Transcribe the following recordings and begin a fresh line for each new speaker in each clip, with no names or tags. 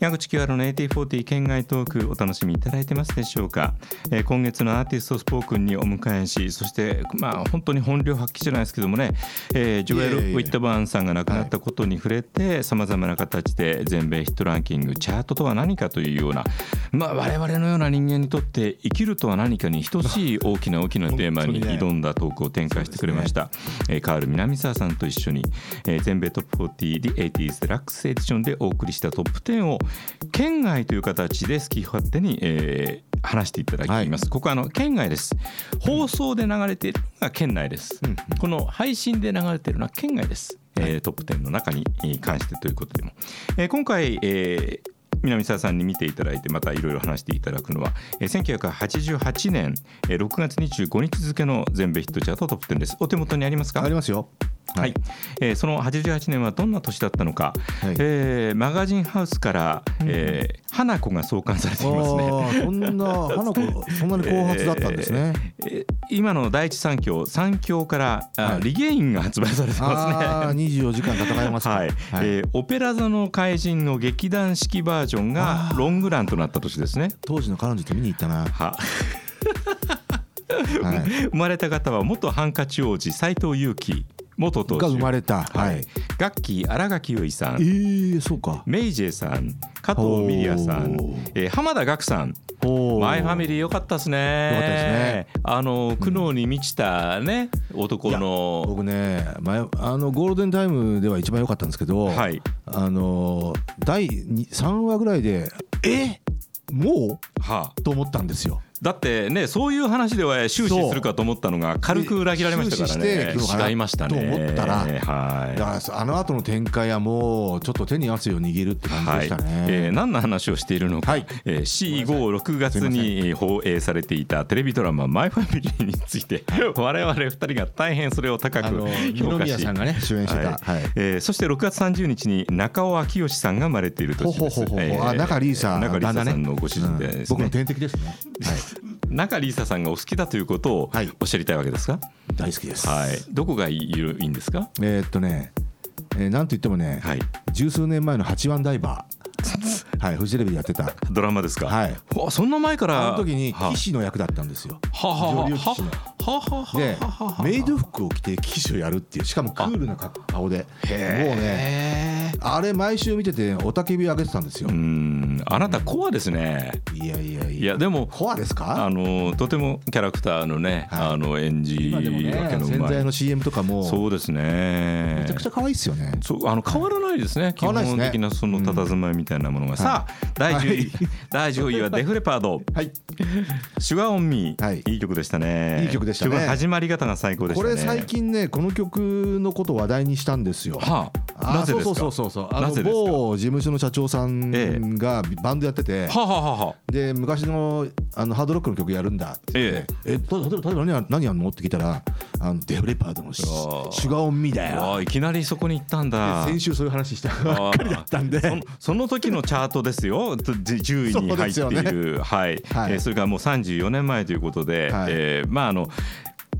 矢口清原の AT40 県外トークお楽しみいただいてますでしょうか、えー今月のアーティストスポークンにお迎えしそしてまあ本当に本領発揮じゃないですけどもね、えージョエル・
いえいえいえ
ウィットバーンさんが亡くなったことに触れてさまざまな形で全米ヒットランキングチャートとは何かというようなまあ我々のような人間にとって生きるとは何かに等しい大きな大きなテーマに挑んだトークを展開してくれました、えーカール南沢さんと一緒に、えー全米トップ40 The 80s デラックスエディションでお送りしたトップ10を県外という形で好き勝手に、えー話していただきます、ここはあの県外です放送で流れているのが県内です、この配信で流れているのは県外です、えートップ10の中にえー関してということでも、えー今回、えー南沢さんに見ていただいてまたいろいろ話していただくのは、えー1988年、えー6月25日付の全米ヒットチャートトップ10ですお手元にありますか
ありますよ。
はい、えーその88年はどんな年だったのか、
はい
えーマガジンハウスから、えー花子が創刊されていますね。
あーそんな花子そんなに後発だったんですね。
えー今の第一三共三共から、あ
はい
リゲインが発売されて
あ
ま
あ
すね。
二十四時間戦えますか。
はい、えーオペラ座の怪人の劇団式バージョンが
あー
ロングランとなった年ですね。
当時の彼女と見に行ったな。
は
はい。
生まれた方は元ハンカチ王子斎藤佑樹元当主
が生まれた。
は
はいい。
楽器新垣結衣さん
えー、そうか。
メイジェさん、加藤ミリアさん
ほう、
えー浜田岳さん、マイファミ
リ
リー良かったですね。
良かったですね。
あの苦悩に満ちたね、男の
僕ね前あのゴールデンタイムでは一番良かったんですけど、
はい
あの第に三話ぐらいでえも
はあ
うと思ったんですよ。
だってねそういう話では終始するかと思ったのが軽く裏切られましたから
で終始していくのか
ね。
な
違いましたね。
と思ったらだ
は
からあの後の展開はもうちょっと手に汗を握るって
い。
感じ
は
で
い
したね。
えー何の話をしているのか、
はい
えー C5、6月に放映されていたテレビドラマ「マイ・ファミリー」につ いて、我々二人が大変それを高
あ
く
の
評
二
価
宮
し
さんがね主演してた。
は
はいい。
えーそして6月30日に中尾明義さんが生まれている
ほ
年
ほ
です。
ほほほ。
えー
あ中リーサ
中里依
旦
紗さ
那ね
んのご主人で
うん
です
僕
ね
の。天敵 ですね。はい。
中里依紗さんがお好きだということを
はい
おっしゃりたいわけですか。
大好きです。
はい。どこがいいいいんですか。
えーっとね、えーなんといってもね、
はい。
十数年前の八番ダイバー、はい、フジテレビでやってた。
ドラマですか。
はい。
わそんな前から。
あの時に
は
騎士の役だったんですよ。
ははは
女流
は
騎士の
ははは
で
ははは、
メイド服を着て騎士をやるっていう、しかもクールな格顔で、もうね、
へー
あれ毎週見てて、おたけび上げてたんですよ
うー。ん。あなたコアですね。
いやいやい
い
や。
やでも。
コアです
あ
か？
のとてもキャラクターのね、
はい
あの演じ
今
分
でもね、
けのう
洗
まい
剤の CM とかも
そうですね。
めちゃくちゃ可愛いですよね。
そうあの変わらないですね、基
変わらないです
本
ね
的なその佇まいみたいなものが、さあ第10位、第10位はデフレパード
はい。
「シュガーオンミー、
はいい、
い曲でしたね
いい曲でしたね
曲の始まり方が最高でし
こ
たね
れ最近ね、この曲のことを話題にしたんですよ。
はあ
あ
なぜですか
そうそうそうそうあ
な
の
ぜですか
某事務所の社長さ
え
んがバンドやってて、
はあはあはあはあ
で昔のあのハードロックの曲やるんだって言って、ええた例えば例えば何や何やんのって聞いたらあのデフレパードのシ
うわー
シュガーオンミーだ
う
よ
わいきなりそこに行ったんだ
先週そういう話したばっかりだったんで
そのその時のチャートですよ、とじ10位に入ってい
そうです
る、はい
はい
えーそれからもう34年前ということで、
はい
えーまああの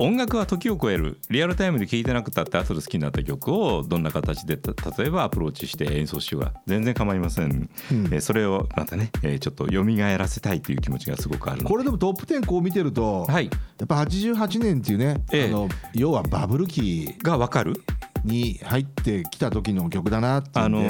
音楽は時を超えるリアルタイムで聴いてなくたって後で好きになった曲をどんな形でた例えばアプローチして演奏しようが全然構いません、
うん
えーそれをまたね、えーちょっと蘇らせたいという気持ちがすごくあるの
これでもトップ10こう見てると、
はい
やっぱ88年っていうね、
ええ
あの要はバブル期
がわかる
に入ってきた時の曲だなってい
あ
うんで、
の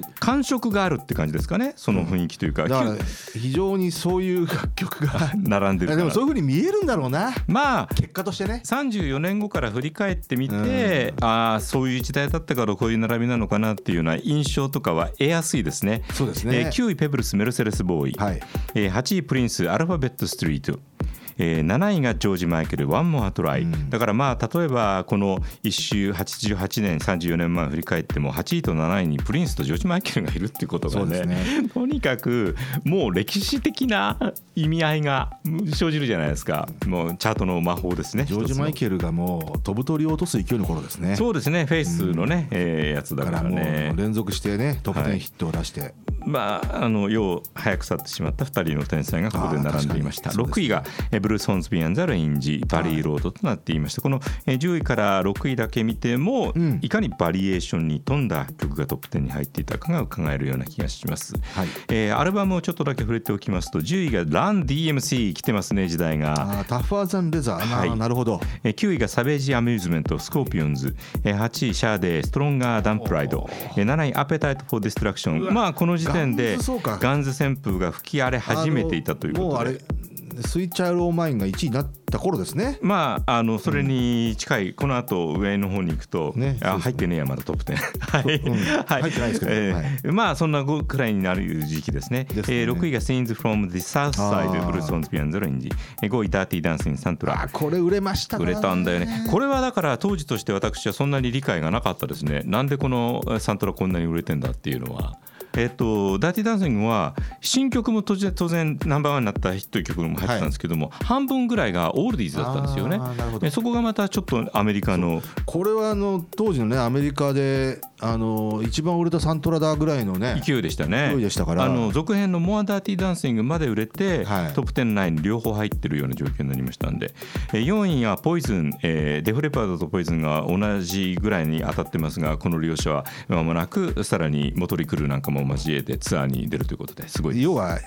ー感触があるって感じですかねその雰囲気というか、
だから非常にそういう楽 曲が
並んでる
い
か
や
ら
でもそういうふうに見えるんだろうな
まあ
結果としてね
34年後から振り返ってみて、ああそういう時代だったからこういう並びなのかなっていうような印象とかは得やすいですね。
そうですね
えー9位ペブルスメルセデス・ボーイ、
はい
えー8位プリンスアルファベット・ストリート。えー7位がジョージ・マイケル「ワンモアトライ、
うん
だからまあ例えばこの1周88年34年前振り返っても8位と7位にプリンスとジョージ・マイケルがいるっていうことが
そうです
ね
ね
とにかくもう歴史的な意味合いが生じるじゃないですかもうチャートの魔法ですね
ジョー
一
ジ・
つの
マイケルがもう飛ぶ鳥を落とす勢いの頃ですね
そうですね、フェイスのね、えーやつだ
だ
か
かららもう
ね。
連続してねトップ
はい
10ヒットを出して、
まあ、あの世を早く去ってしまった2人の天才がここで並んでいました
あー確か
6位
にそうです
がえブルース・ホンスビアン・ザ・レインジバリー・ロードとなっていましたこのえ10位から6位だけ見ても、
うん
いかにバリエーションに富んだ曲がトップ10に入っていたかが伺えるような気がします、
はい
えーアルバムをちょっとだけ触れておきますと10位が「ラン DMC」来てますね時代が。
あータフアーザンレザー、
は
ないなるほど
えー9位がサベージ・アミューズメントスコーピオンズえー8位シャーデーストロンガー・ダンプライドえー7位アペタイト・フォー・ディストラクションまあこの時点
ガ
で
ンズそうか
ガンズ旋風が吹き荒れ始めていたという
あのもう
こ
あ
と
れ
で。
スイッチャーローマインが1位になった頃ですね
まあ、あのそれに近い、この後上の方に行くと、
ね
あ
そうですね
入ってねえやまだトップ10 はい、
うん入ってないですけど
えー
は
まあそんなごくらいになる時期ですね
ですね
えー、6位が「Scenes from the South
あ
Side」
ー
ブルース・オンズ・ピアンズ・レンジ5位「ダーティー・ダンス・イン・サントラ」
あこれ売れました
売
から
れたんだよねこれはだから当時として私はそんなに理解がなかったですねなんでこのえーサントラこんなに売れてんだっていうのは。えっと「ダーティーダンシング」は新曲も当然当然ナンバーワンになったヒット曲も入ってたんですけども、半分ぐらいがオールディーズだったんですよね
あーなるほど
えそこがまたちょっとアメリカの
これはあの当時のねアメリカであの一番売れたサントラだぐらいのね
勢いでしたね
勢いでしたから
あの続編の「モア・ダーティー・ダンシング」まで売れて、
はい
トップ10内に両方入ってるような状況になりましたんでえー4位はポイズン、えーデフレパードとポイズンが同じぐらいに当たってますがこの両者は間もなくさらにモトリクルーなんかも交えてツアーに出るということですごい
要は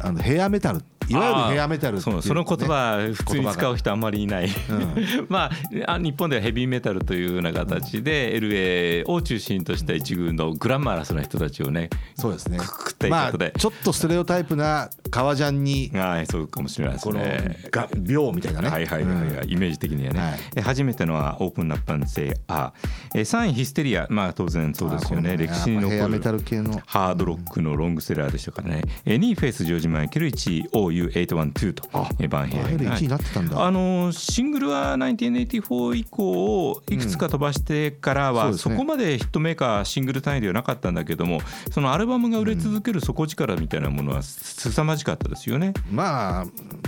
あのヘアメタルいわゆるヘアメタルってい
そうその言
ね
葉普通に使う人あんまりいない、 まああ日本ではヘビーメタルというような形で LA を中心とした一軍のグラマラスな人たちをね
そうですね
くくってい
ま
く
あ
ことで、
ちょっとステレオタイプな革ジャンに
はいそうかもしれないです
この
ね。
が秒みたいなね
はいはいはいはい、イメージ的にはね、
はい
え初めてのはオープンラッパンセアえー3位ヒステリアまあ当然そうですよね
あーこれもね
歴史に
やっぱヘアメ
残
タ
る
ル系の
ハードロックのロングセラーでしたからね、えー2位フェイスジョージ・マイケル1位 OU812 と
あ
えーバンヘイレン
バンヘイレン
はい
1位になってたんだ
あのーシングルは1984以降をいくつか飛ばしてからは、
うんそ
そう
です
こ
ね
までヒットメーカーシングル単位ではなかったんだけどもそのアルバムが売れ続ける底力みたいなものは凄まじかったですよね。
ま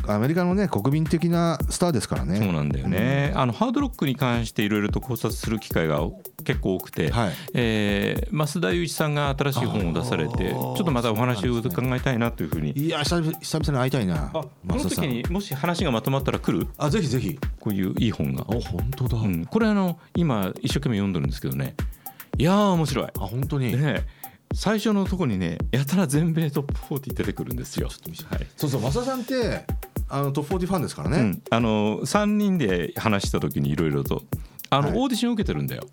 あアメリカのね国民的なスターですからね
そうなんだよね、あのハードロックに関していろいろと考察する機会が結構多くて、
はい
えー増田雄一さんが新しい本を出されてち
あー
ょっとまたお話を伺いたいなというふうに、
いや久々久々に会いたいな
あこの
松田さ
時
ん
にもし話がまとまったら来る
あぜひぜひ
こういういい本が、
あ本当だ、
うん、これあの今一生懸命読んでるんですけどねいやー面白い
あ本当に、
でね最初のとこにねやたら全米トップ40出てくるんですよ。はい
そうそう増田さんってあのトップ40ファンですからね、
うん、あの3人で話した時にいろいろとあの、
はい
オーディションを受けてるんだよ。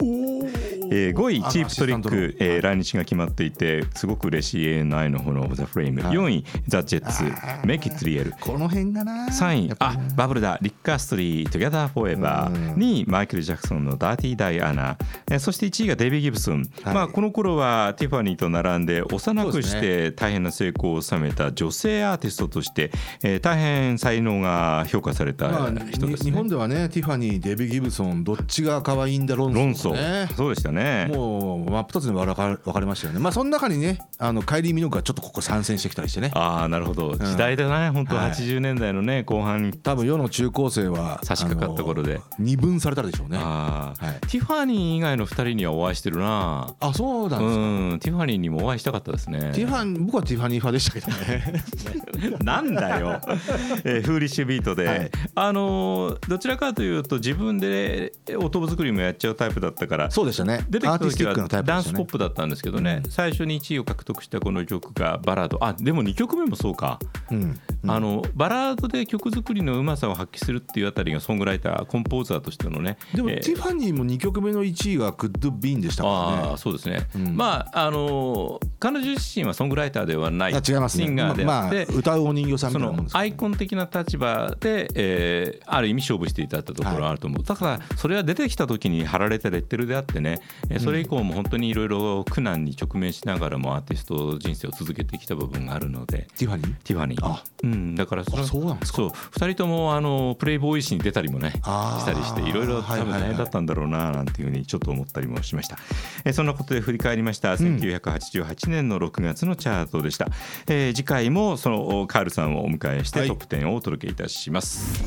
お
えー、5
あ
位、
の
チープトリッ
アシスタン
ク、
トの
えー来日が決まっていて、すごく嬉しい ANI の炎、ザ・フレーム、
はい
4位、ザ・ジェッツ
あ、ー
メイキッツ・リエル、
この辺がな
3位
やっ、ぱ
あバブルだ、リッカー・ストリー、トゥギャダー・フォーエバ
うん
ー、2位、マイケル・ジャクソンのダーティー・ダイアナ、えーそして1位がデビー・ギブソン、
はい
まあ、この頃はティファニーと並んで、幼くし
そうで
て大変な成功を収めた女性アーティストとして、えー大変才能が評価され
まあ
た人
に
です
日
ね
本。ではねティファニーデビー・ギブソンどっちが可愛いんだ論
論
争,、
争
ね、、
そうでしたね。
もう真っ二つに分かれ分かれましたよねまあその中にねあのカイリー・ミノックがちょっとここ参戦してきたりしてね
ああなるほど時代だね、本当
はい
80年代のね後半に
多分世の中高生は
差し掛かった頃で
あの二分されたでしょうねあ
あー、
はい
ティファニー以外の2人にはお会いしてるな
そうなん
う
ですか、
んティファニーにもお会いしたかったですね
ティファニー僕はティファニー派でしたけど ね
なんだよ、 えーフーリッシュビートで、
はい
あのーどちらかというと自分で音作りもやっちゃうタイプだったから
そうでしたね
出て
ア
きた
ーティ
時
スティックなタ
は
イプ
ダ
で
ン
し
ス
た
ポッ
ね
プだったんですけどね、最初に1位を獲得したこの曲がバラードあでも2曲目もそうか
うん
あのバラードで曲作りのうまさを発揮するっていうあたりがソングライターコンポーザーとしてのね
でも、
えー
ティファニーも2曲目の1位は「クッド・ビーン」でしたから
ああ
ね
ーそうですね、
うん
まああのー彼女自身はソングライターではない
あ違いますね
シンガーであ
ま
っ
あ、
て、
歌うお人形さん
そ
みたいなもん
の
ですけど
アイコン的な立場で、えーある意味勝負していただったところはあると思う、だからそれは出てきた時に貼られたレッテルであってねえーそれ以降も本当にいろいろ苦難に直面しながらもアーティスト人生を続けてきた部分があるので
ティファニー
ティファニー
あ
うん、だからその
あそうなんですか
そう2人ともあのプレイボーイ誌に出たりもね
あー
したりしていろいろ多分大
はいはいは
変
い
だったんだろうななんていうふうにちょっと思ったりもしました、えーそんなことで振り返りました1988年の6月のチャートでした、えー次回もそのカールさんをお迎えして
はい
トップ10をお届けいたします、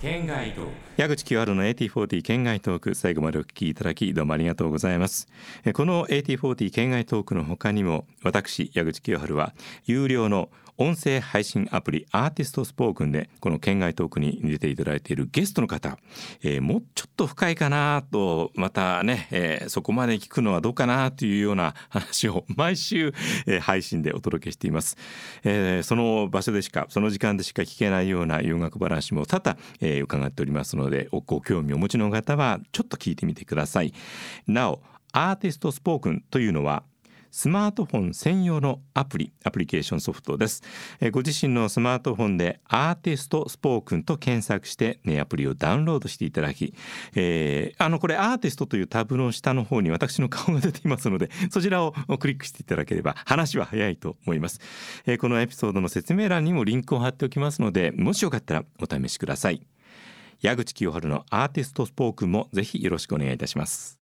県外トーク矢口清春の AT40 県外トーク最後までお聞きいただきどうもありがとうございますえこの AT40 県外トークの他にも私矢口清春は有料の音声配信アプリアーティストスポークンでこの県外トークに出ていただいているゲストの方、えーもうちょっと深いかなとまたね、えーそこまで聞くのはどうかなというような話を毎週、えー配信でお届けしています、えーその場所でしかその時間でしか聞けないような洋楽話も多々、えー伺っておりますのでおご興味をお持ちの方はちょっと聞いてみてくださいなおアーティストスポークンというのはスマートフォン専用のアプリ、アプリケーションソフトです。えーご自身のスマートフォンでアーティストスポークンと検索して、ね、アプリをダウンロードしていただき、えーあの、これアーティストというタブの下の方に私の顔が出ていますので、 そちらをクリックしていただければ話は早いと思います。えーこのエピソードの説明欄にもリンクを貼っておきますので、もしよかったらお試しください。矢口清春のアーティストスポークンもぜひよろしくお願いいたします。